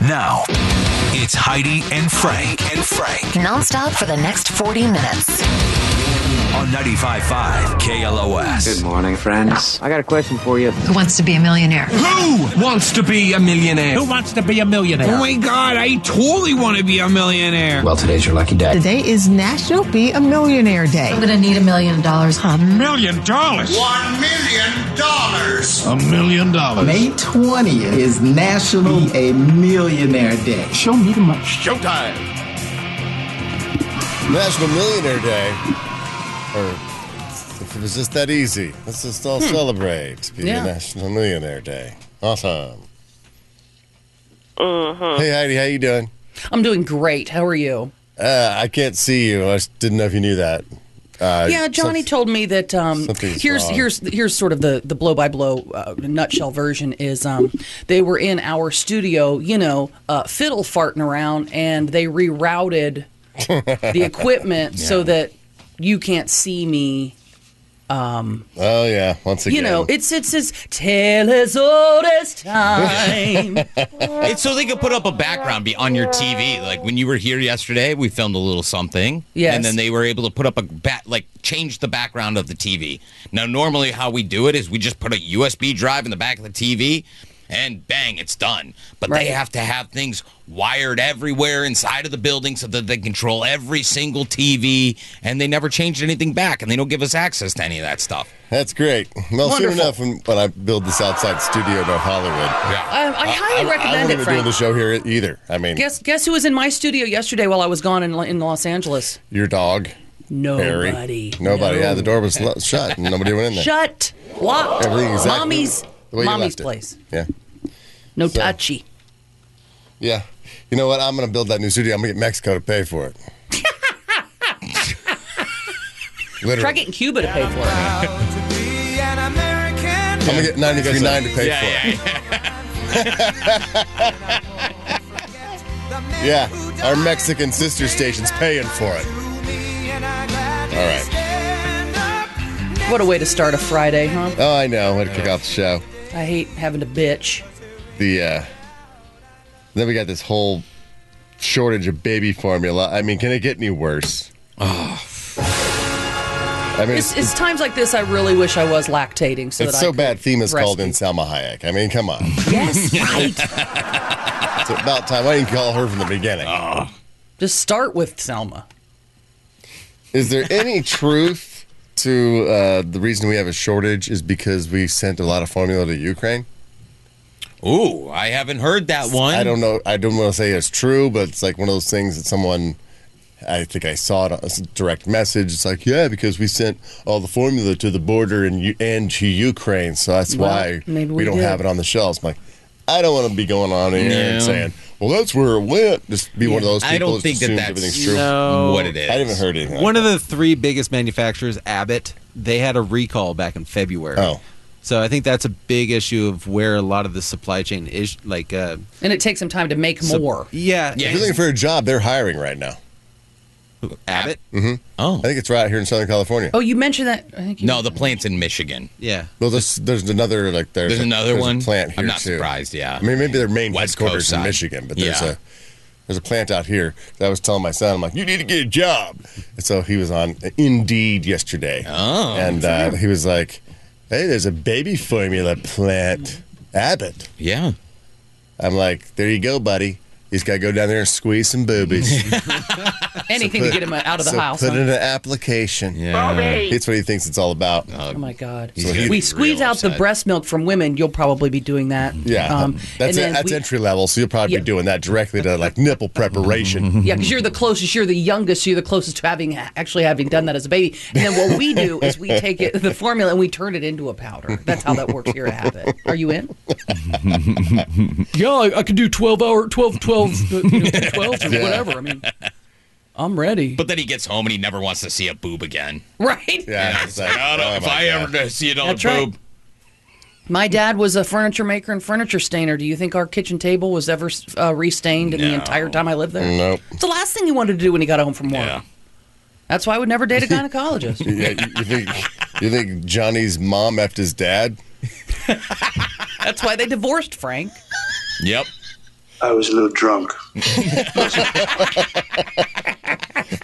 Now, it's Heidi and Frank and Frank Nonstop for the next 40 minutes. on 95.5 Good KLOS. morning, friends. I got a question for you. Who wants to be a millionaire? Who wants to be a millionaire? Who wants to be a millionaire? Oh my god, I totally want to be a millionaire. Well, today's your lucky day. Today is National Be a Millionaire Day. gonna need a million dollars. A million dollars. One million dollars. A million dollars. May 20th is National Be a Millionaire Day. Show me the money. Showtime. National Millionaire Day. Or if it was just that easy, let's just Hmm. all celebrate being Yeah. National Millionaire Day. Awesome. Mm-hmm. Hey Heidi, how you doing? I'm doing great. How are you? Uh, I can't see you. I just didn't know if you knew that. Uh, yeah, Johnny some- told me that um, something's here's wrong. here's here's sort of the the blow by blow uh, nutshell version is um, they were in our studio, you know, uh, fiddle farting around, and they rerouted the equipment so that you can't see me. Oh yeah, once again. You know, it's it's it's tale as old as time. It's so they could put up a background be on your TV. Like when you were here yesterday, we filmed a little something. Yes. And then they were able to put up a bat, like change the background of the TV. Now, normally how we do it is we just put a USB drive in the back of the TV and bang, it's done. But Right. they have to have things wired everywhere inside of the building so that they control every single TV and they never changed anything back and they don't give us access to any of that stuff. That's great. Well, soon Wonderful. enough, when, when I build this outside studio in Hollywood, Yeah. I, I highly I don't recommend want to it, be doing Frank. the show here either. I mean, Guess guess who was in my studio yesterday while I was gone in, in Los Angeles? your dog. Barry. Nobody. Nobody. No. Yeah, the door was lo- shut and nobody went in there. Shut, locked, Everything exactly mommy's, the way you mommy's left it. place. Yeah. No So- touchy. Yeah. You know what? I'm going to build that new studio. I'm going to get Mexico to pay for it. Try Literally. getting Cuba to pay for it. I'm going to get 939 to pay Yeah, for yeah, it. Yeah. Our Mexican sister station's paying for it. All right. What a way to start a Friday, huh? Oh, I know. Way to kick off the show. I hate having to bitch. the uh then we got this whole shortage of baby formula. I mean, can it get any worse? I mean, It's, it's, it's times like this I really wish I was lactating. So it's that I so could bad. Themis called in rescue. Salma Hayek. I mean, come on, Yes, right. it's about time. I didn't call her from the beginning. Just start with Selma. Is there any truth to uh, the reason we have a shortage is because we sent a lot of formula to Ukraine? Ooh, I haven't heard that one. I don't know. I don't want to say it's true, but it's like one of those things that someone. I think I saw it as a direct message. It's like, yeah, because we sent all the formula to the border and U- and to Ukraine, so that's Well, why we, maybe we don't did. have it on the shelves. I'm like, I don't want to be going on here and No. saying, well, that's where it went. Just be one of those people. I don't that think that assumes that's everything's true. what it is. I haven't heard anything. One like of the three biggest manufacturers, Abbott, they had a recall back in February. that. oh, So I think that's a big issue of where a lot of the supply chain is like uh And it takes some time to make sup- more. yeah, Yeah. if you're looking for a job, they're hiring right now. Mm-hmm. Abbott. Oh. I think it's right here in Southern California. Oh, you mentioned that. I think you No, Oh, the plant's in Michigan. Yeah. Well, there's, there's another like there's, There's a- another there's a one? plant here I'm not too. surprised, yeah. I mean, maybe their main West headquarters Coast in side. Michigan, but there's Yeah. a there's a plant out here. that I was telling my son, I'm like, you need to get a job. And so he was on Indeed yesterday, Oh. and uh, he was like, hey, there's a baby formula plant, Abbott. Yeah. I'm like, there you go, buddy. You just gotta go down there and squeeze some boobies. anything to get him out of the so house. put huh? in an application. Yeah. That's what he thinks it's all about. Oh my God! He's gonna we be squeeze real out the upset. breast milk from women. You'll probably be doing that. Yeah, Um, that's and it, then that's we- entry level. So you'll probably Yeah. be doing that directly to like nipple preparation. Yeah, because you're the closest, you're the youngest, so you're the closest to having actually having done that as a baby. And then what we do is we take it, the formula, and we turn it into a powder. That's how that works here at Habit. Are you in? yeah, I, I could do 12 hour, 12, 12, uh, you know, 12 or whatever. I mean, I'm ready. But then he gets home and he never wants to see a boob again. right? yeah, it's like, I don't- oh if my I God. ever see another That's right. boob, My dad was a furniture maker and furniture stainer. Do you think our kitchen table was ever uh, restained in the No. entire time I lived there? Nope. It's the last thing he wanted to do when he got home from work. Yeah. That's why I would never date a gynecologist. Yeah, you, you think you think Johnny's mom effed his dad? That's why they divorced Frank. yep. I was a little drunk. Well, that's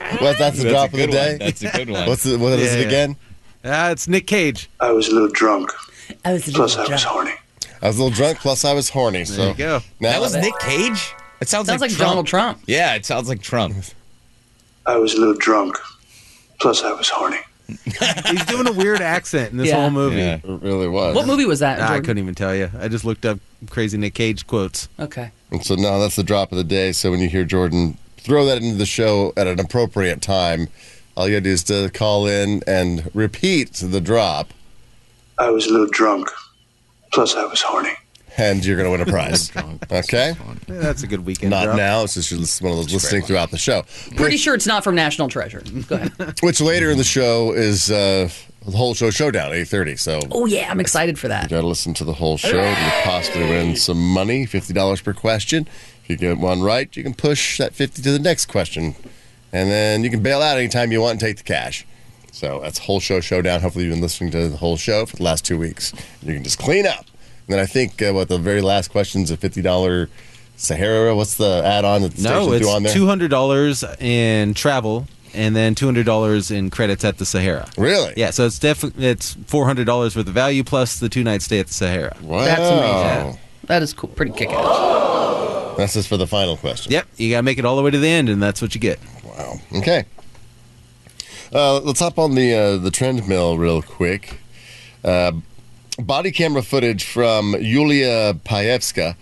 the That's a drop of the good one. day. That's a good one. What's the, what is Yeah, it yeah. again? Ah, it's Nick Cage. I was a little drunk. I was a Plus, little I was drunk. horny. I was a little drunk. Plus, I was horny. So There you go. Now, that was Nick Cage. It sounds, Sounds like Donald Trump. Yeah, it sounds like Trump. I was a little drunk. Plus, I was horny. He's doing a weird accent in this Yeah. whole movie. Yeah. It really was. What movie was that? Ah, I Jordan? couldn't even tell you. I just looked up crazy Nick Cage quotes. Okay. And so now that's the drop of the day. So when you hear Jordan throw that into the show at an appropriate time, all you gotta do is to call in and repeat the drop, I was a little drunk. Plus, I was horny. and you're gonna win a prize. okay. Yeah, that's a good weekend. Not drop. now. It's just you're one of those listening throughout the show. Pretty sure it's not from National Treasure. Go ahead. Which later in the show is uh, the whole show showdown, eight thirty. So oh yeah, I'm excited for that. You gotta listen to the whole show to possibly win some money, fifty dollars per question. If you get one right, you can push that fifty to the next question, and then you can bail out anytime you want and take the cash. So that's whole show showdown. Hopefully, you've been listening to the whole show for the last two weeks. You can just clean up, and then I think uh, what the very last question's a fifty dollar Sahara. What's the add-on that the No, station do on it's there? two hundred dollars in travel and then two hundred dollars in credits at the Sahara. really? Yeah, so it's definitely it's four hundred dollars worth of value plus the two night stay at the Sahara. Wow. That's Oh. amazing. That is cool. Pretty kick ass. That's just for the final question. Yep, you gotta make it all the way to the end, and that's what you get. Wow. Okay. Uh, let's hop on the uh, the trend mill real quick. Uh, body camera footage from Yulia Payevska,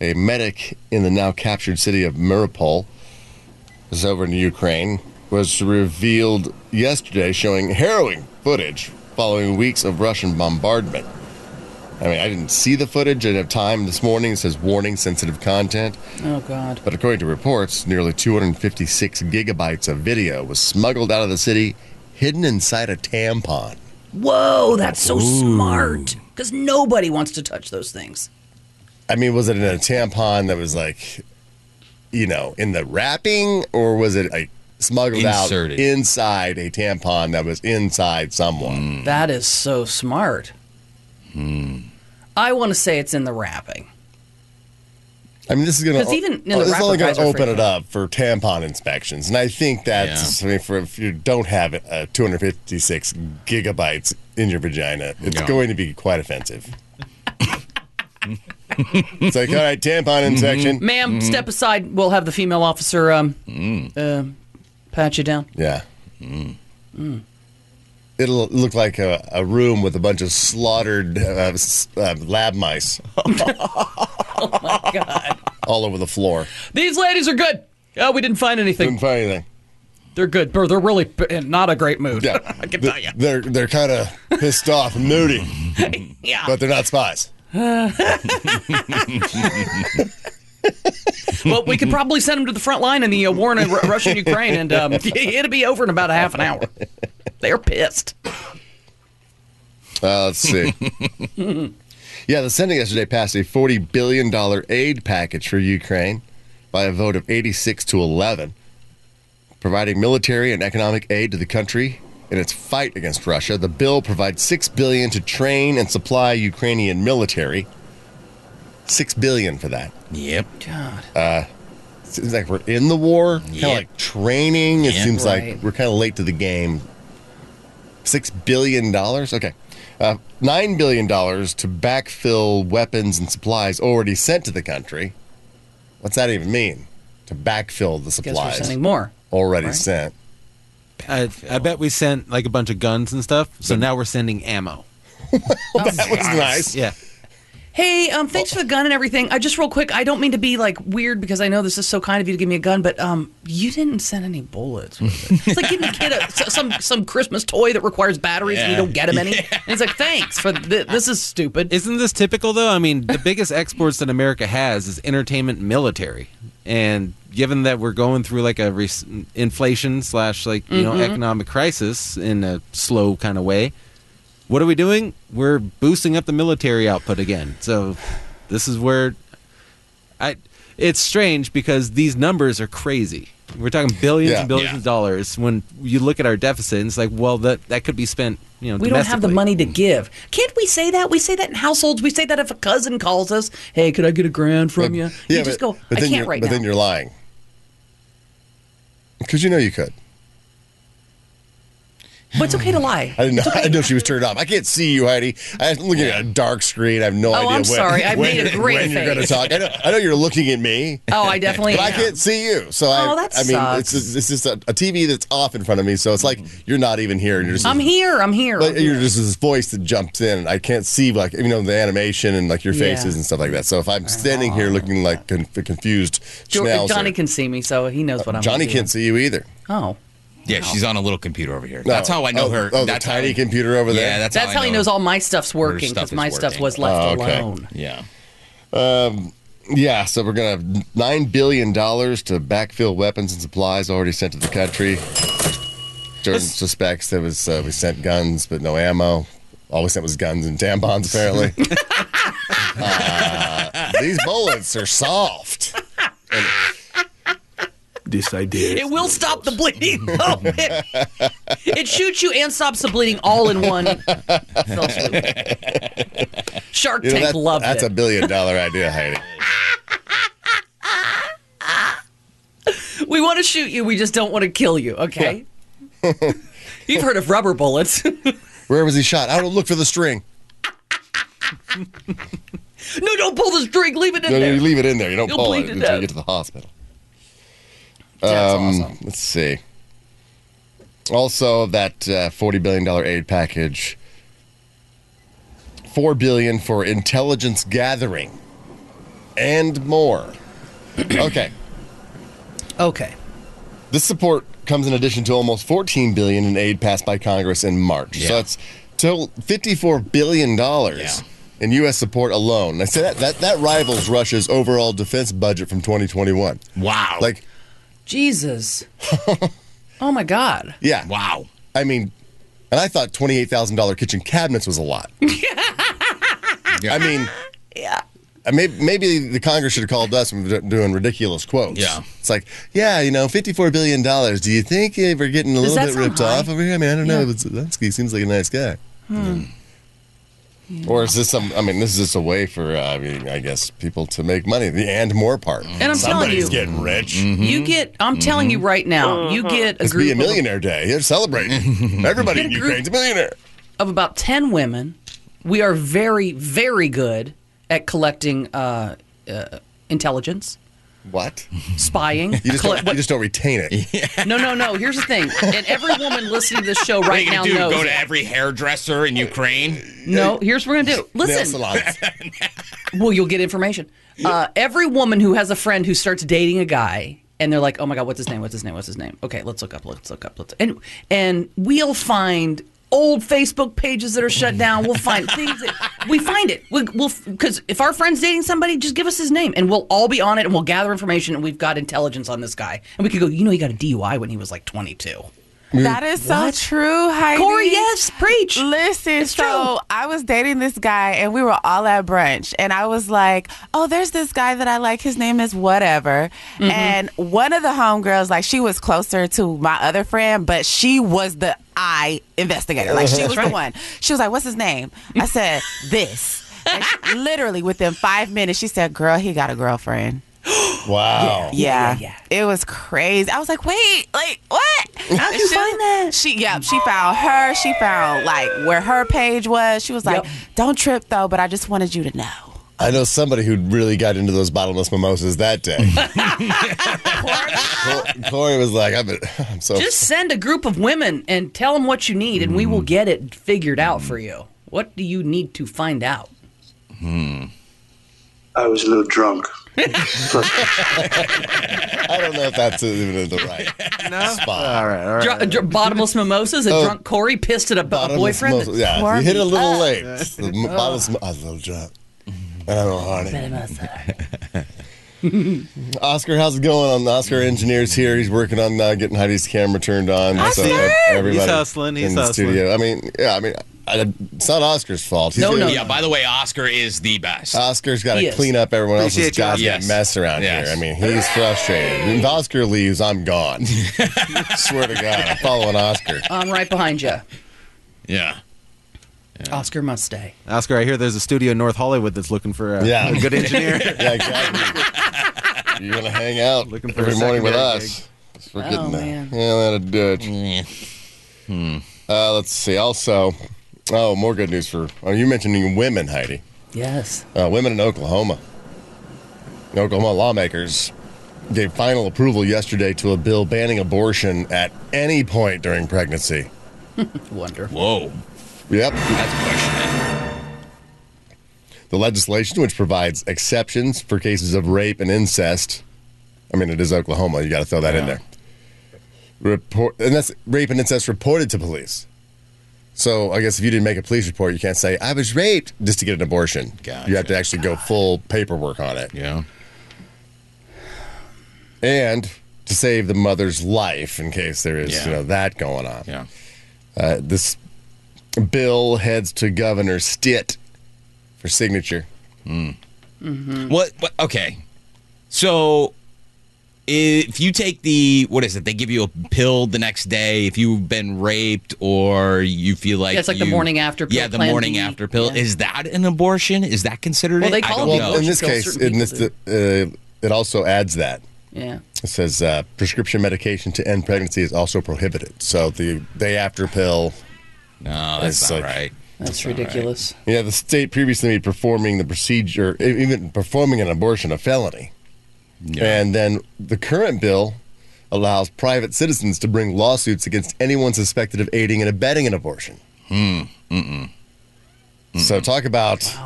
a medic in the now captured city of Mirapol, is over in Ukraine, was revealed yesterday, showing harrowing footage following weeks of Russian bombardment. I mean, I didn't see the footage. I didn't have time this morning. It says warning, sensitive content. Oh god. But according to reports, nearly 256 gigabytes of video was smuggled out of the city, hidden inside a tampon. Whoa, that's so smart. Because nobody wants to touch those things. I mean, was it in a tampon that was like, you know, in the wrapping, or was it like smuggled Inserted. out inside a tampon that was inside someone? That is so smart. I want to say it's in the wrapping. I mean, this is uh, going to Because even in the this is wrapper only going guys to are open freaking it up for tampon inspections, and I think that's I mean, for if you don't have uh, 256 gigabytes in your vagina, it's Yeah. going to be quite offensive. it's like, all right, tampon inspection. Ma'am, step aside. We'll have the female officer um, uh, pat you down. Yeah. It'll look like a, a room with a bunch of slaughtered uh, s- uh, lab mice Oh God. all over the floor. These ladies are good. Oh, we didn't find anything. Couldn't find anything. They're good. Bro, they're really b- in not a great mood. Yeah, I can tell you. They're they're kind of pissed off, and moody, Yeah. but they're not spies. well, we could probably send them to the front line in the uh, war in Ru- Russia and Ukraine, and um, it'll be over in about a half an hour. They're pissed. Uh, let's see. yeah, the Senate yesterday passed a forty billion dollar aid package for Ukraine by a vote of eighty six to eleven, providing military and economic aid to the country in its fight against Russia. The bill provides six billion to train and supply Ukrainian military. Six billion for that. Yep. God. Seems like we're in the war, kind of Yeah. like training. It Yeah. seems Right. like we're kind of late to the game. Six billion dollars, okay, uh, nine billion dollars to backfill weapons and supplies already sent to the country. What's that even mean? To backfill the Guess we're supplies sending more. already right? sent. I, I bet we sent like a bunch of guns and stuff, so now we're sending ammo. That was nice. Yeah, Hey, um, thanks for the gun and everything. I just real quick, I don't mean to be like weird because I know this is so kind of you to give me a gun, but um, you didn't send any bullets. With it. It's like giving a kid a, s- some some Christmas toy that requires batteries and you Yeah. don't get him any. And he's like, thanks for th- this is stupid. isn't this typical though? I mean, the biggest exports that America has is entertainment, and military, and given that we're going through like a re- inflation slash like you know Mm-hmm. economic crisis in a slow kind of way, what are we doing? We're boosting up the military output again. So this is where I. It's strange because these numbers are crazy. We're talking billions Yeah. and billions Yeah. of dollars. When you look at our deficit, and it's like, well, that that could be spent. You know, we don't have the domestically. money to give. Can't we say that? We say that in households. We say that if a cousin calls us, hey, could I get a grand from you? You but, just go, but I then can't you're, right But now. then you're lying. Because you know you could. But it's okay to lie. I didn't know. I didn't know she was turned off. I can't see you, Heidi. I'm looking at a dark screen. I have no Oh, idea. I'm when, sorry. I when- made a great when you're going to face. talk. I know, I know you're looking at me. Oh, I definitely But I am. can't see you, so Oh, I. that I mean, sucks. Mm-hmm. it's just, it's just a, a TV that's off in front of me, so it's like you're not even here. and You're just. I'm here. I'm here. But you're just this voice that jumps in. I can't see like you know the animation and like your Yeah. faces and stuff like that. So if I'm standing here looking like con- confused, Jo- schnauzer, Johnny can see me, so he knows what I'm Johnny doing. can't see you either. Oh. Yeah, she's on a little computer over here. No. That's how I know Oh, her. Oh, that's the how tiny I- computer over there. Yeah, that's, That's how I he know. knows all my stuff's working stuff because is my stuff working. was left Oh, okay. alone. Yeah. Yeah, so we're gonna have nine billion dollars to backfill weapons and supplies already sent to the country. Jordan suspects that was uh, we sent guns but no ammo. All we sent was guns and tampons. Apparently, Uh, these bullets are soft. This idea. It will stop the bleeding. Oh, man. it shoots you and stops the bleeding all in one fell swoop. Shark You know, Tank that- loved that's a it. billion dollar idea, Heidi. we want to shoot you. We just don't want to kill you. Okay. You've heard of rubber bullets. no, Where was he shot? I don't look for the string. don't pull the string. Leave it in No, there. you leave it in there. You don't You'll pull bleed it to until you death. get to the hospital. That's Um, awesome. Let's see. Also, that uh, forty billion dollar aid package, four billion for intelligence gathering, and more. okay, Okay. this support comes in addition to almost fourteen billion in aid passed by Congress in March. So Yeah. it's total fifty-four billion dollars. Yeah. In U.S. support alone, I say that, that that rivals Russia's overall defense budget from 2021. Wow. Like, Jesus. oh my God. yeah, wow. I mean, and I thought twenty eight thousand dollar kitchen cabinets was a lot. I mean, Yeah. maybe, maybe the Congress should have called us and we're doing ridiculous quotes. Yeah. it's like, yeah, you know, fifty four billion dollars. Do you think eh, we're getting a little that bit sound ripped high? off over here? I mean, I don't know. It's, Zelensky seems like a nice guy. Hmm. Or is this some? I mean, this is just a way for uh, I mean, I guess people to make money. The and more part. And I'm telling you, Somebody's getting rich. you get, I'm telling you right now, you get a It's group be a of- millionaire day. They're celebrating. Everybody in Get a group- Ukraine's a millionaire. of about 10 women, we are very, very good at collecting uh, uh, intelligence, What? spying. You just, collect- don't, you just don't retain it. no, no, no. Here's the thing. And every woman listening to this show What are right you now gonna do? knows. Go it. to every hairdresser in Ukraine? no, here's what we're going to do. Nail Listen, salons. well, you'll get information. Uh, every woman who has a friend who starts dating a guy and they're like, oh my God, what's his name? What's his name? What's his name? Okay, let's look up, let's look up, let's. And, and we'll find old Facebook pages that are shut down. We'll find things that we find it. We, we'll, because if our friend's dating somebody, just give us his name and we'll all be on it and we'll gather information and we've got intelligence on this guy. And we could go, you know, he got a DUI when he was like 22. That is so true, Heidi. Corey, yes, preach. Listen, It's so true. I was dating this guy and we were all at brunch and I was like, Oh, there's this guy that I like, his name is whatever. Mm-hmm. And one of the homegirls, like she was closer to my other friend, but she was the I investigator. Like she was the one. She was like, What's his name? I said, This. And she- literally within five minutes, she said, Girl, he got a girlfriend. Wow. Yeah. yeah, It was crazy. I was like, wait, like, what? How'd you find that? She, yeah, she found her. She found, like, where her page was. She was like, Yep. don't trip, though, but I just wanted you to know. I know somebody who really got into those bottomless mimosas that day. Cor- Corey was like, I'm, I'm so. Just send a group of women and tell them what you need, and we Mm. will get it figured out for you. What do you need to find out? I was a little drunk. I don't know if that's even the right spot. All right, all right. Dr- dr- bottomlot's mimosas? A drunk Corey pissed at a, b- a Oh. Bottomless boyfriend? mimosa- yeah, you hit it a little late. The m- bottomless, mi- I was a little drunk. Mm-hmm. I don't know, honey. Oscar, how's it going? On Oscar engineers here. He's working on uh, getting Heidi's camera turned on. Oscar! So He's everybody hustling, he's in the hustling. studio. I mean, yeah, I mean, I, it's not Oscar's fault. He's No, gonna- no, Yeah, by the way, Oscar is the best. Oscar's got He to is. clean up everyone else's Appreciate you, goddamn Oscar. Yes. mess around Yes. here. I mean, he's frustrated. If Oscar leaves, I'm gone. Swear to God, I'm following Oscar. I'm right behind you. yeah. Oscar must stay. Oscar, I hear there's a studio in North Hollywood that's looking for a, Yeah. a good engineer. yeah, exactly. You're gonna hang out Looking for every a morning with secondary us. Oh, We're getting that. man. Yeah, that'll do it. Hmm. Uh, let's see. Also, oh, more good news for oh, you mentioning women, Heidi. Yes. Uh, women in Oklahoma. Oklahoma lawmakers gave final approval yesterday to a bill banning abortion at any point during pregnancy. Wonderful. Whoa. Yep. That's questioning. The legislation, which provides exceptions for cases of rape and incest, I mean, it is Oklahoma. You got to throw that in there. Report, and that's rape and incest reported to police. So I guess if you didn't make a police report, you can't say I was raped just to get an abortion. You have to actually go full paperwork on it. Yeah. and to save the mother's life in case there is you know that going on. Yeah. Uh, this bill heads to Governor Stitt for signature. What, what? Okay. So, if you take the what is it? They give you a pill the next day if you've been raped or you feel like Yeah, it's like the you- morning after pill, Yeah, the Plan morning B. after pill. Yeah. Is that an abortion? Is that considered? Well, it? they I call don't it know. in this Abortion pills, case, certain in this, people uh, it also adds that Yeah. it says uh, prescription medication to end pregnancy is also prohibited. So the day after pill. No, that's It's not like- right. That's not right. ridiculous. Yeah, the state previously made performing the procedure, e- even performing an abortion, a felony. And then the current bill allows private citizens to bring lawsuits against anyone suspected of aiding and abetting an abortion. Hmm. Mm-mm. So talk about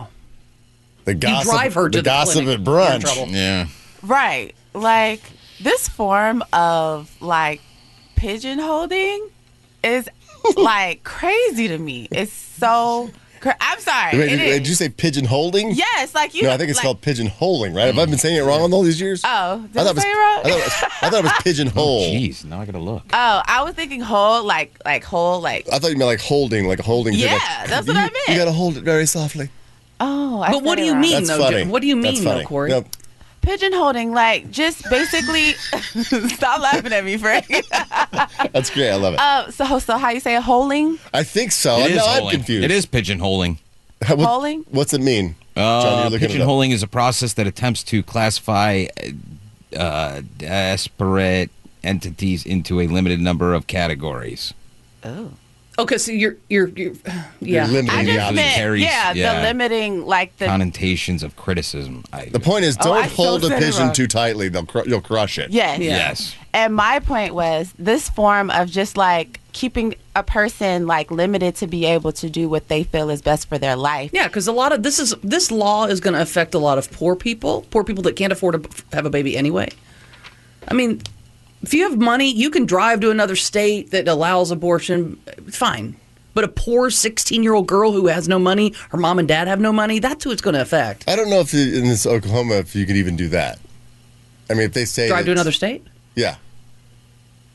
the gossip. drive her to the, the gossip clinic, at you're in brunch. trouble. Yeah. Right. Like this form of like pigeonholing is like crazy to me. It's so cra- I'm sorry. Wait, it did, did is. you say pigeon holding? yes, like you No, I think it's like- called pigeon holding, right? Have I been saying it wrong all these years? Oh, did I, I thought, say it it was, I, wrong? thought it was, I thought it was pigeonhole. Jeez, now I gotta look. oh, I was thinking whole like like whole like I thought you meant like holding, like a holding. thing, like, Yeah, that's what you, I You meant. gotta hold it very softly. oh, I But what said do it you wrong. mean? That's though, funny. Jim. What do you That's mean, though, funny. Corey? Nope. Pigeonholing like just basically stop laughing at me, Frank. that's great. I love it. Uh, so so how you say it? holing? I think so. It is no, I'm holing. confused. It is pigeonholing. What- holing? What's it mean? John, Uh, you're looking it up. pigeonholing is a process that attempts to classify uh, desperate entities into a limited number of categories. Okay, so you're you're, you're yeah. You're limiting I the just option. meant carries- yeah, yeah. the limiting like the Connotations of criticism. I, The point is, Oh, don't I still hold a said it pigeon wrong. too tightly. They'll cr- you'll crush it. yes. Yes. And my point was this form of just like keeping a person like limited to be able to do what they feel is best for their life. Yeah, because a lot of this is this law is going to affect a lot of poor people, poor people that can't afford to f- have a baby anyway. I mean, if you have money, you can drive to another state that allows abortion. Fine, but a poor sixteen-year-old girl who has no money, her mom and dad have no money. That's who it's going to affect. I don't know if you- in this Oklahoma if you could even do that. I mean, if they say Drive to that- another state. yeah.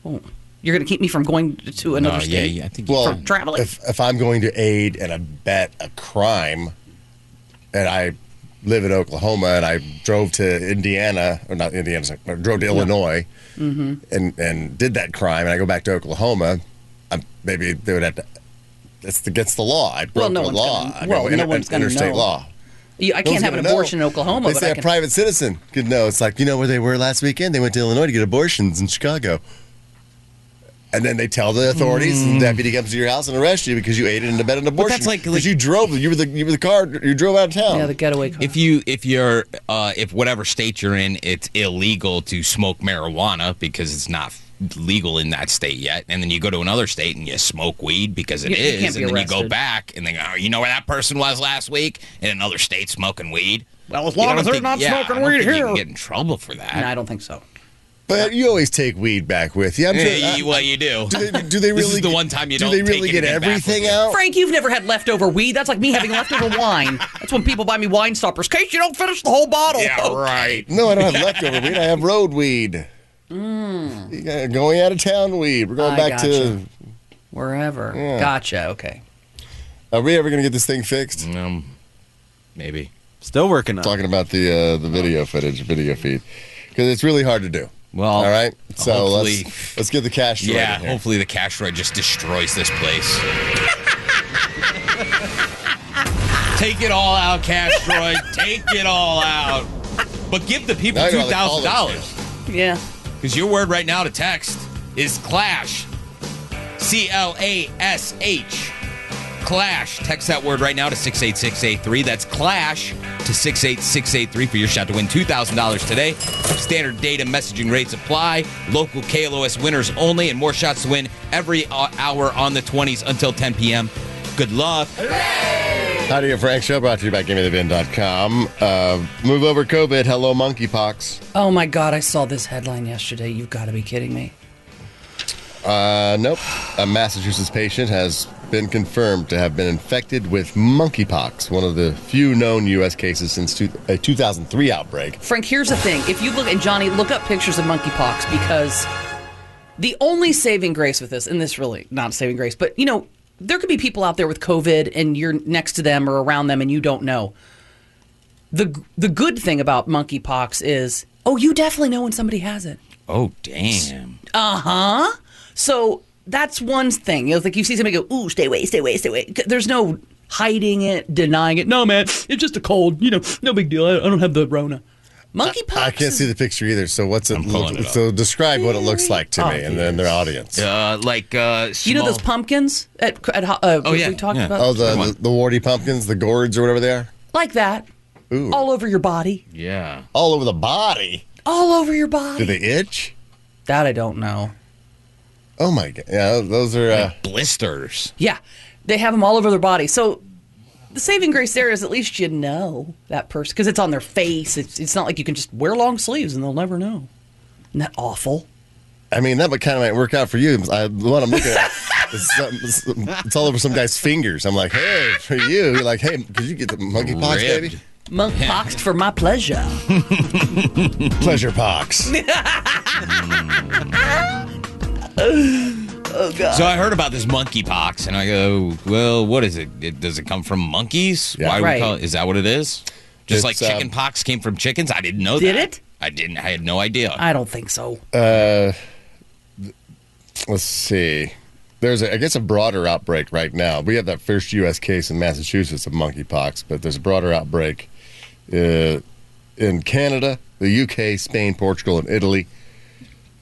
Oh, you're going to keep me from going to another No, yeah, state. yeah, I think. Well, For traveling. If, if I'm going to aid and abet a crime, and I live in Oklahoma and I drove to Indiana or not Indiana, sorry, I drove to Illinois Mm-hmm. and and did that crime, and I go back to Oklahoma, i maybe they would have to. That's against the law. I broke Well, no the one's law. gonna- I well, broke no one's gonna interstate know. law. You- I No one's can't have an gonna know. abortion in Oklahoma. They but say I a can, private citizen could know. It's like you know where they were last weekend. They went to Illinois to get abortions in Chicago, and then they tell the authorities. Hmm. And the deputy comes to your house and arrests you because you aided and abetted an abortion. that's like- 'Cause you drove. You were the you were the car. You drove out of Oh. town. yeah, the getaway car. If you if you're uh, if whatever state you're in, it's illegal to smoke marijuana because it's not legal in that state yet, and then you go to another state and you smoke weed because it You- is, you can't be and then you go arrested. back and they go, oh, you know where that person was last week in another state smoking weed. Well, as long as they're not smoking weed you can here. get in trouble for that. no, I don't think so. but you always take weed back with you. I'm sure. Yeah, I- you- Eh, well, you do. do, they, do they really? This is the one time you do don't they really take get anything back everything with you. Oh. out? Frank, you've never had leftover weed. That's like me having leftover wine. That's when people buy me wine stoppers. Case you don't finish the whole bottle. Yeah, right. No, I don't have leftover weed. I have road weed. You got Going out of town weed. We're going Hmm. I back to. gotcha. Wherever. Gotcha. Okay. Are we ever going to get this thing fixed? Um, maybe. Still working on it. talking about the uh, the video footage, video feed, because it's really hard to do. Well, all right. So let's hopefully- let's get the cash. Yeah, right in here. hopefully the cash ride just destroys this place. Take it all out, Castroid. Take it all out. But give the people Now I two got the thousand college dollars Yeah. because your word right now to text is clash. C L A S H. Clash. Text that word right now to 68683. That's Clash to 68683 for your shot to win $2,000 today. Standard data messaging rates apply. Local KLOS winners only, and more shots to win every uh, hour on the 20s until 10 p.m. Good luck. How do you, Frank? Show brought to you by GimmeTheVin.com. Uh, move over COVID. Hello, monkeypox. Oh my God! I saw this headline yesterday. You've got to be kidding me. Uh, nope. A Massachusetts patient has been confirmed to have been infected with monkeypox, one of the few known U.S. cases since two, a 2003 outbreak. Frank, here's the thing. If you look at Johnny, look up pictures of monkeypox because the only saving grace with this, and this really not saving grace, but you know, there could be people out there with COVID and you're next to them or around them and you don't know. The the good thing about monkeypox is, oh, you definitely know when somebody has it. Oh, damn. Uh huh. So that's one thing. You know, like you see somebody go, ooh, stay away, stay away, stay away. There's no hiding it, denying it. No, man, it's just a cold. You know, no big deal. I I don't have the Rona. Monkeypox. I can't see the picture either. So what's it? pulling look- it up. so describe what it looks like to me and then their audience. Uh, like, uh, You know those pumpkins at at ho- uh, Oh, we- yeah, Uh, we talked about oh, the, the the warty pumpkins, the gourds, or whatever they are. like that Ooh, all over your body, yeah, all over the body. all over your body. Do they itch? That I don't know. Oh my god! Yeah, those are uh, blisters. Yeah, they have them all over their body. So the saving grace there is at least you know that person because it's on their face. It's it's not like you can just wear long sleeves and they'll never know. Isn't that awful? I mean, that kind of might work out for you. I, the one I'm looking at, is some, some- it's all over some guy's fingers. I'm like, hey, for you. You're like, hey, could you get the monkeypox, Ribbed. baby? Monk boxed for my pleasure. Pleasure pox. oh God. So I heard about this monkeypox, and I go, "Well, what is it? it does it come from monkeys? Why would we Right. call it? Is that what it is? Just like It's, um, chicken pox came from chickens? I didn't know Did that. it? I didn't. I had no idea. I don't think so. Uh, th- let's see. There's, a, I guess, a broader outbreak right now. We have that first U.S. case in Massachusetts of monkeypox, but there's a broader outbreak uh, in Canada, the U.K., Spain, Portugal, and Italy.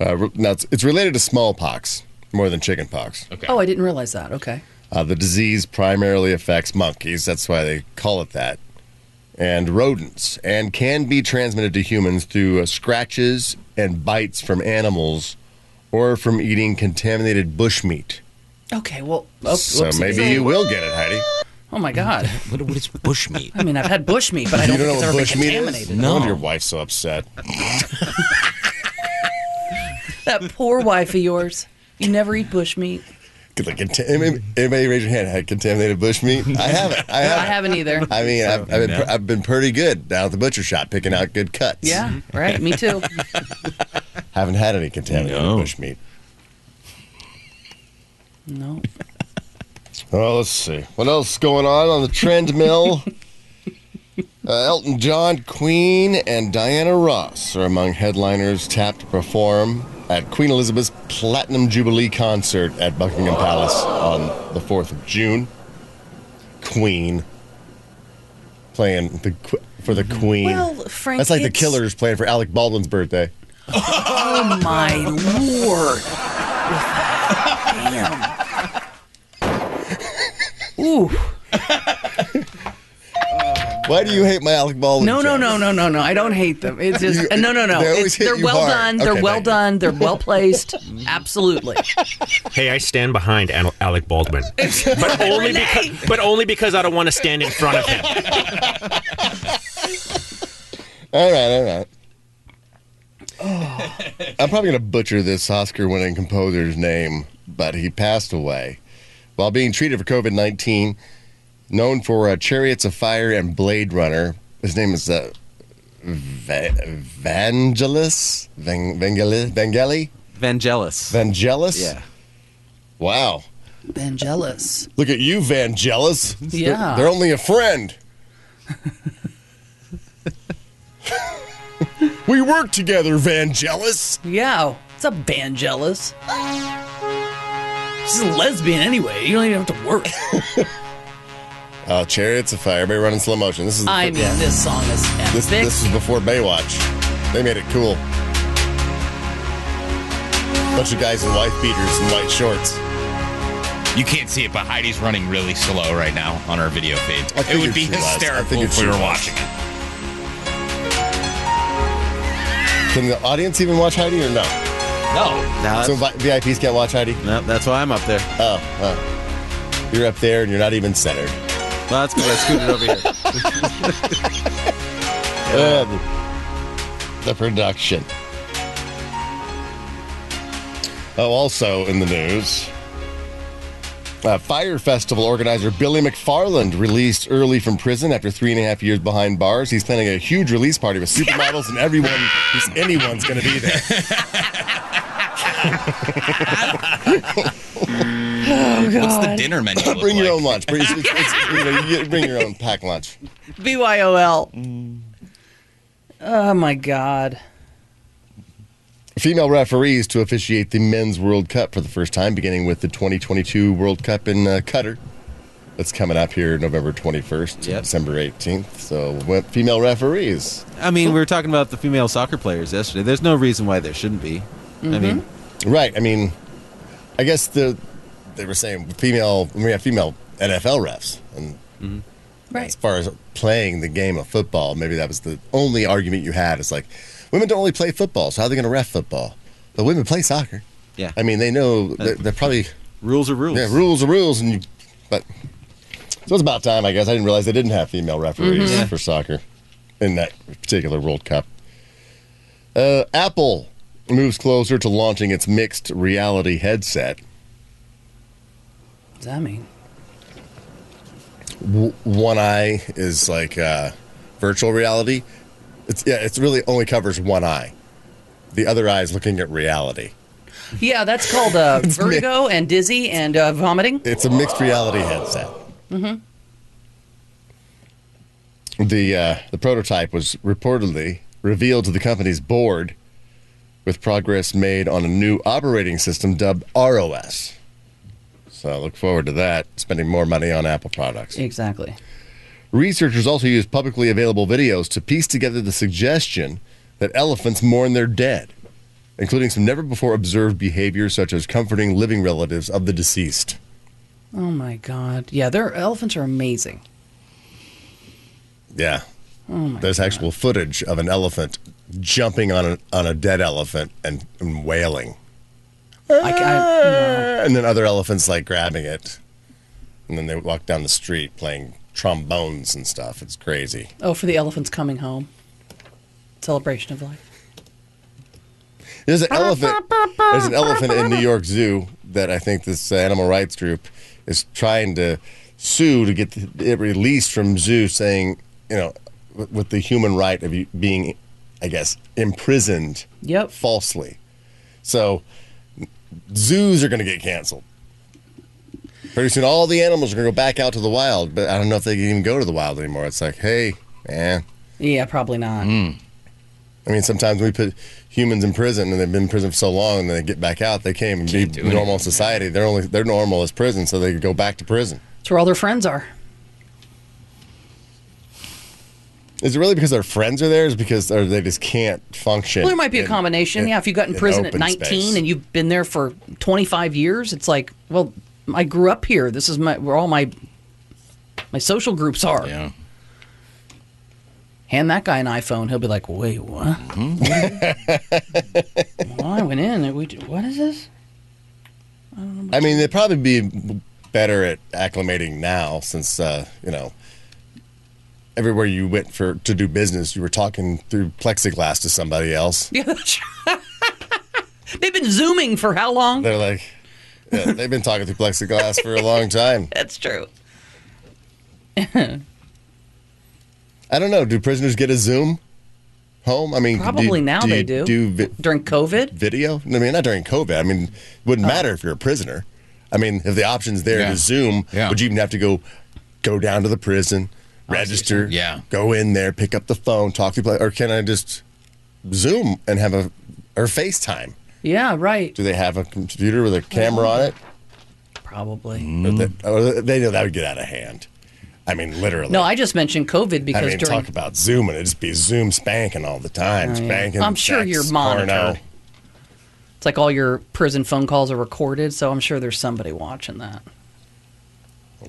Uh, re- now, it's, it's related to smallpox more than chickenpox. Okay. Oh, I didn't realize that. Okay. Uh, the disease primarily affects monkeys. That's why they call it that. And rodents, and can be transmitted to humans through uh, scratches and bites from animals or from eating contaminated bushmeat. Okay. Well. Oh, so whoopsie. maybe you will get it, Heidi. Oh my God. What, what is bushmeat? I mean, I've had bushmeat, but I you don't don't know think what it's ever been bushmeat is? contaminated. No wonder your wife's so upset. That poor wife of yours. You never eat bushmeat. Get the contam- anybody, anybody raise your hand? Had contaminated bushmeat? I haven't. I haven't. I haven't either. I mean, I've, I've, been, I've been pretty good down at the butcher shop picking out good cuts. Yeah, right. Me too. Haven't had any contaminated bushmeat. No. Oh, let's see. What else is going on on the treadmill? uh, Elton John, Queen, and Diana Ross are among headliners tapped to perform at Queen Elizabeth's Platinum Jubilee concert at Buckingham Palace on the 4th of June. Queen playing the qu- for the Queen. Well, Frank, that's like the it's- Killers playing for Alec Baldwin's birthday. Oh my lord. Damn. Ooh. Why do you hate my Alec Baldwin? No, no, jokes? no, no, no, no. I don't hate them. It's just You- no, no, no. they always It's, hit they're you well hard. done. They're Okay, well thank you. done. They're well placed. Absolutely. Hey, I stand behind Al- Alec Baldwin, but only because but only because I don't want to stand in front of him. All right, all right. I'm probably going to butcher this Oscar winning composer's name, but he passed away while being treated for COVID 19. Known for uh, Chariots of Fire and Blade Runner. His name is uh, Va- Vangelis? Vang- Vangeli? Vangeli? Vangelis. Vangelis? Yeah. Wow. Been jealous. Look at you, Vangelis. Yeah. They're, they're only a friend. we work together, Vangelis. Yeah. It's a band jealous. She's a lesbian anyway. You don't even have to work. Oh, Chariots of Fire. Everybody running slow motion. This is the I fir- mean, this song is epic. This, this is before Baywatch. They made it cool. Bunch of guys in wife beaters and white shorts. You can't see it, but Heidi's running really slow right now on our video feed. I It would figured be she was. I hysterical figured if she we were was. watching it. Can the audience even watch Heidi or no? No. Uh, so vi- VIPs can't watch Heidi? No, that's why I'm up there. Oh, oh. You're up there and you're not even centered. Well, that's good. I scooted over here. Uh, the production. Oh, also in the news, uh, Fire Festival organizer Billy McFarland released early from prison after three and a half years behind bars. He's planning a huge release party with supermodels and everyone, who's anyone's going to be there. What's the dinner menu? look bring your own lunch. Bring, it's- it's- it's- you know, you get- bring your own packed lunch. BYOL. Mm. Oh my God. Female referees to officiate the men's World Cup for the first time, beginning with the 2022 World Cup in uh, Qatar. That's coming up here November 21st, to December 18th. So, what female referees? I mean, we were talking about the female soccer players yesterday. There's no reason why there shouldn't be. I mean, right. I mean, I guess the they were saying female. We have female NFL refs, and Right. as far as playing the game of football, maybe that was the only argument you had. Is like women don't really play football, so how are they going to ref football? But women play soccer. Yeah. I mean, they know they're, they're probably rules are rules. Yeah, rules are rules, and you, but so it's about time, I guess. I didn't realize they didn't have female referees Mhm. Yeah. for soccer in that particular World Cup. Uh, Apple moves closer to launching its mixed reality headset. What does that mean? w- one eye is like uh, virtual reality. It's yeah, it's really only covers one eye. The other eye is looking at reality. Yeah, that's called uh, vertigo and dizzy and uh, vomiting. It's a mixed reality headset. Mm-hmm. hmm The uh, the prototype was reportedly revealed to the company's board with progress made on a new operating system dubbed ROS. So I look forward to that, spending more money on Apple products. Exactly. Researchers also used publicly available videos to piece together the suggestion that elephants mourn their dead, including some never before observed behaviors such as comforting living relatives of the deceased. Oh my God. Yeah, their elephants are amazing. Yeah. Oh my There's actual footage of an elephant jumping on a, on a dead elephant and, and wailing. I, I, And then other elephants like grabbing it. And then they walk down the street playing trombones and stuff. It's crazy. oh, for the elephants coming home. Celebration of life. There's an elephant. There's an elephant in New York Zoo that I think this uh, animal rights group is trying to sue to get the, it released from zoo, saying you know, with, with the human right of you being, I guess, imprisoned. Yep. Falsely. So zoos are going to get canceled. Pretty soon, all the animals are going to go back out to the wild. But I don't know if they can even go to the wild anymore. It's like, hey, man. Yeah, probably not. Mm. I mean, sometimes we put humans in prison and they've been in prison for so long and they get back out, they can't even be do normal in society. They're only they're normal as prison, so they could go back to prison. It's where all their friends are. Is it really because their friends are there? Is it because or they just can't function? Well, there might be a in- combination. yeah, if you got in prison at open 19 space? and you've been there for 25 years, it's like, well, I grew up here. This is my where all my my social groups are. Yeah. Hand that guy an iPhone, he'll be like, "Wait, what? Mm-hmm. well, I went in. and We what is this? I mean, they'd probably be better at acclimating now since, uh, you know, everywhere you went for to do business, you were talking through plexiglass to somebody else. Yeah, that's- they've been zooming for how long? They're like, yeah, they've been talking through plexiglass for a long time. That's true. I don't know. Do prisoners get a Zoom home? I mean, Probably do, now do they you do. do vi- Mm-hmm. during COVID video. I mean, not during COVID. I mean, it wouldn't matter if you're a prisoner. I mean, if the option's there Oh. Yeah. to Zoom, would you even have to go go down to the prison, register, yeah, go in there, pick up the phone, talk to people, or can I just Zoom and have a or FaceTime? Yeah, right. Do they have a computer with a camera on it? Probably. Mm-hmm. Mm-hmm. Or they, or they know that would get out of hand. I mean, literally. No, I just mentioned COVID because I mean, during talk about Zoom and it'd just be Zoom spanking all the time. Oh, yeah. Spanking. I'm sure sex, you're porno. monitored. it's like all your prison phone calls are recorded, so I'm sure there's somebody watching that.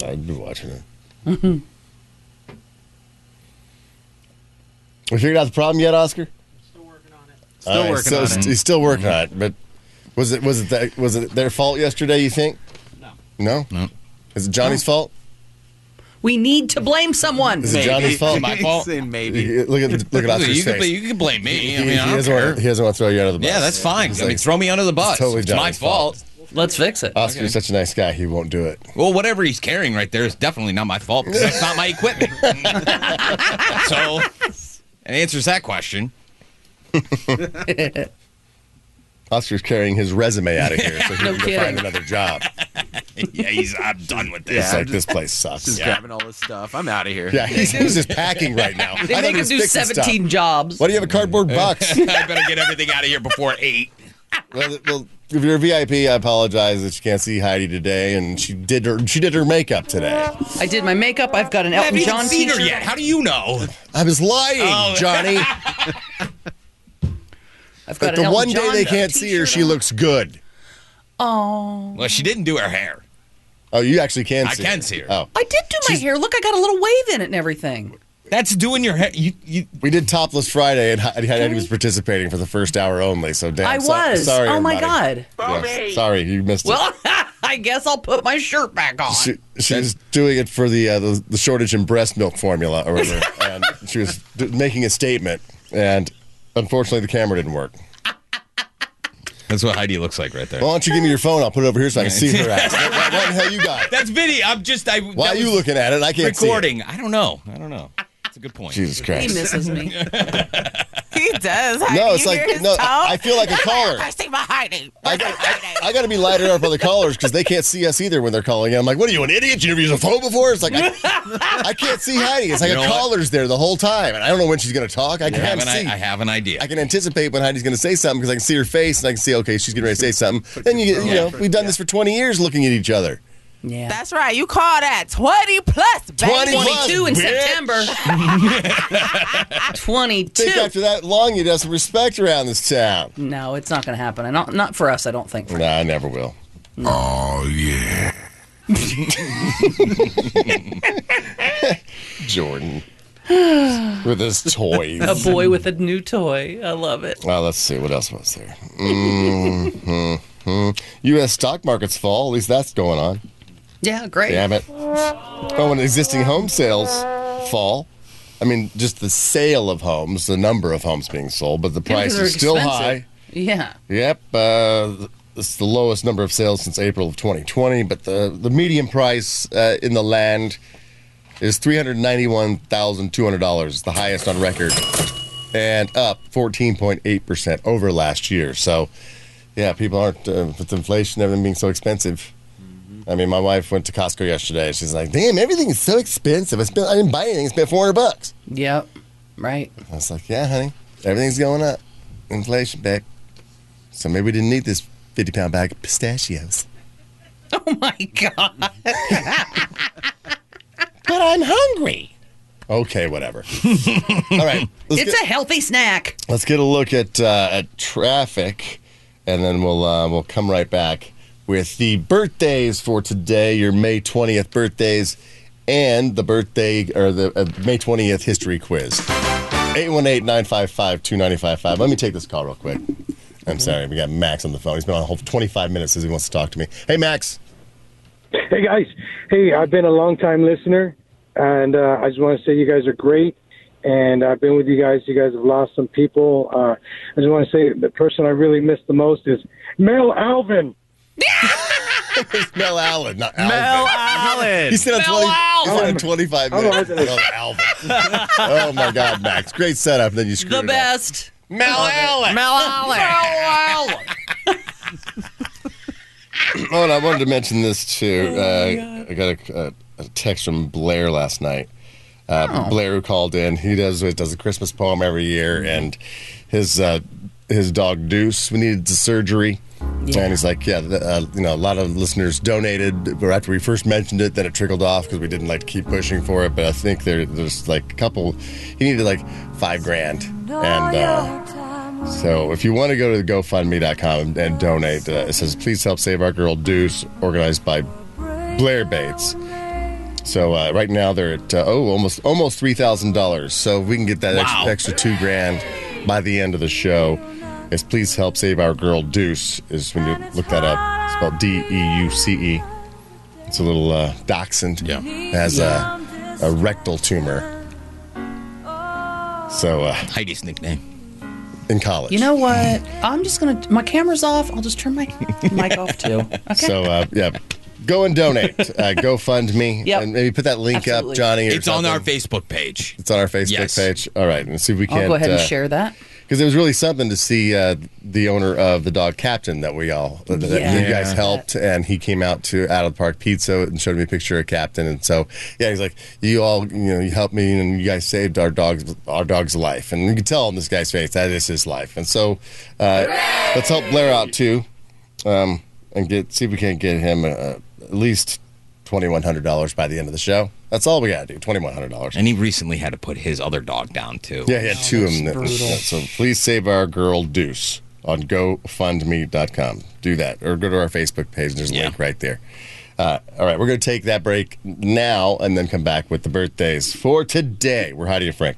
I'd be watching it. Mm-hmm. Mhm. We figured out the problem yet, Oscar? Still All right, working so on he's- it. Mm-hmm. He's still working on it. But was it was it that, was it their fault yesterday? You think? No. No. No. Is it Johnny's fault? We need to blame someone. Is it Johnny's fault? You- Look at look at Oscar's you, can, face. you can blame me. I He- mean, I he, don't doesn't care. want, he doesn't want to throw you under the bus. Yeah, that's fine. He's I mean, throw me under the bus. totally It's my Johnny's fault. Let's fix it. Oscar's such a nice guy. He won't do it. Well, whatever he's carrying right there is definitely not my fault because that's not my equipment. so it answers that question. Oscar's carrying his resume out of here, so he No can go kidding. find another job. yeah, he's. I'm done with It's this. like this place sucks. Just Yeah. grabbing all this stuff. I'm out of here. Yeah, he's, he's just packing right now. They I thought make he him was do fixing stuff. 17 jobs. Why do you have a cardboard box? I better get everything out of here before eight. well, th- well, if you're a VIP, I apologize that you can't see Heidi today, and she did her she did her makeup today. I did my makeup. I've got an I haven't Elton even John seen her t-shirt. yet. How do you know? I was lying, Oh. Johnny. I've But got an the Elton one day John they can't see her, t-shirt she on. looks good. Oh, Well, she didn't do her hair. Oh, you actually can. I see can see her. Oh, I did do my hair. Look, I got a little wave in it and everything. That's doing your hair. You, you we did topless Friday, and Heidi, Heidi was participating for the first hour only. So damn, I so- was. sorry. oh my everybody. god. Yeah, sorry, you missed it. Well, I guess I'll put my shirt back on. she, she was doing it for the, uh, the the shortage in breast milk formula or whatever, and she was d- making a statement, and unfortunately the camera didn't work. That's what Heidi looks like right there. Well, why don't you give me your phone? I'll put it over here so I can see her ass. Why, why the hell you got it? That's video. I'm just. I. Why that are you was looking at it? I can't see it. recording. I don't know. I don't know. That's a good point. Jesus Christ. He misses me. He does. Heidi. No, it's You like hear his no. tone? I feel like a caller. I see my Heidi. I, I, I got to be lighter up on the callers because they can't see us either when they're calling. in. I'm like, what are you, an idiot? You never used a phone before? It's like I, I can't see Heidi. It's like You a know what? caller's there the whole time, and I don't know when she's going to talk. I I have, can't an, see. I have an idea. I can anticipate when Heidi's going to say something because I can see her face and I can see, okay, she's getting ready to say something. Then you, get- you know, we've done this for 20 years looking at each other. Yeah. That's right. You call that 20 plus, baby. 20 plus, 22 in bitch. September. Think 22. after that long, you'd have some respect around this town. No, it's not going to happen. And not, not for us, I don't think. Nah, I never will. Oh, yeah. Jordan with his toys. A boy with a new toy. I love it. Well, let's see what else was there. Mhm, mhm. U.S. stock markets fall. At least that's going on. Yeah, great. Damn it. Oh, and existing home sales fall. I mean, just the sale of homes, the number of homes being sold, but the Yeah, 'cause price they're is still expensive. high. Yeah. Yep. Uh, it's the lowest number of sales since April of 2020, but the, the median price uh, in the land is $391,200, the highest on record, and up 14.8% over last year. So, yeah, people aren't, uh, with inflation, everything being so expensive. I mean, my wife went to Costco yesterday. and She's like, "Damn, everything is so expensive. I spent, I didn't buy anything. I spent four hundred bucks." Yep. Right. I was like, yeah, honey, everything's going up. Inflation, babe. So maybe we didn't need this 50 pound bag of pistachios. Oh my God. But I'm hungry. Okay, whatever. All right. Let's, It's get, a healthy snack. let's get a look at, uh, at traffic, and then we'll, uh, we'll come right back with the birthdays for today, your May 20th birthdays, and the birthday or the uh, May 20th history quiz. 818 955 2955. Let me take this call real quick. I'm sorry. We got Max on the phone. He's been on hold for 25 minutes since he wants to talk to me. Hey, Max. Hey guys, hey, I've been a long time listener, and uh, I just want to say you guys are great. And I've been with you guys. You guys have lost some people. Uh, I just want to say the person I really miss the most is Mel Alvin. It's Mel Allen, not Alvin. Mel Allen. He said on, Mel 20, he Allen. said on 25 Oh, minutes. wasn't it? Mel Alvin. oh, my God, Max. Great setup. Then you screwed The it up. best. Mel Allen. Mel Allen. Mel Allen. Oh, and I wanted to mention this too. uh, I got a, a, a text from Blair last night. Uh, Blair who called in. He does does a Christmas poem every year, and his uh, his dog Deuce we needed the surgery, And he's like, yeah, th- uh, you know, a lot of listeners donated or after we first mentioned it, then it trickled off because we didn't like keep pushing for it. But I think there, there's like a couple, he needed like five grand. And uh, so if you want to go to the GoFundMe.com and, and donate, uh, it says, please help save our girl Deuce, organized by Blair Bates. So uh, right now they're at uh, oh almost almost three thousand dollars. So if we can get that Wow. extra, extra two grand by the end of the show. Is please help save our girl Deuce is when you look that up. It's spelled D E U C E. It's a little uh, dachshund. Yeah, has a a rectal tumor. So uh, Heidi's nickname in college. You know what? I'm just gonna. My camera's off. I'll just turn my mic off too. Okay. So uh, yeah, go and donate. Uh, GoFundMe. Yep. and maybe put that link Absolutely. up, Johnny. Or It's on our something. Facebook page. It's on our Facebook Yes. page. All right, and see if we can. I'll go ahead and uh, share that. Because it was really something to see uh, the owner of the dog captain that we all uh, that Yeah. you guys Yeah. helped, and he came out to out of the park pizza and showed me a picture of captain, and so yeah, he's like, you all, you know, you helped me, and you guys saved our dog's our dog's life, and you can tell on this guy's face that is his life, and so uh, let's help Blair out too, um, and get see if we can't get him uh, at least twenty one hundred dollars by the end of the show. That's all we gotta do, twenty one hundred dollars. And he recently had to put his other dog down too. Yeah, yeah, two of them. that- brutal. yeah, so please save our girl Deuce on GoFundMe.com. Do that, or go to our Facebook page. There's a link right there. Uh, all right, we're going to take that break now, and then come back with the birthdays for today. We're Heidi and Frank.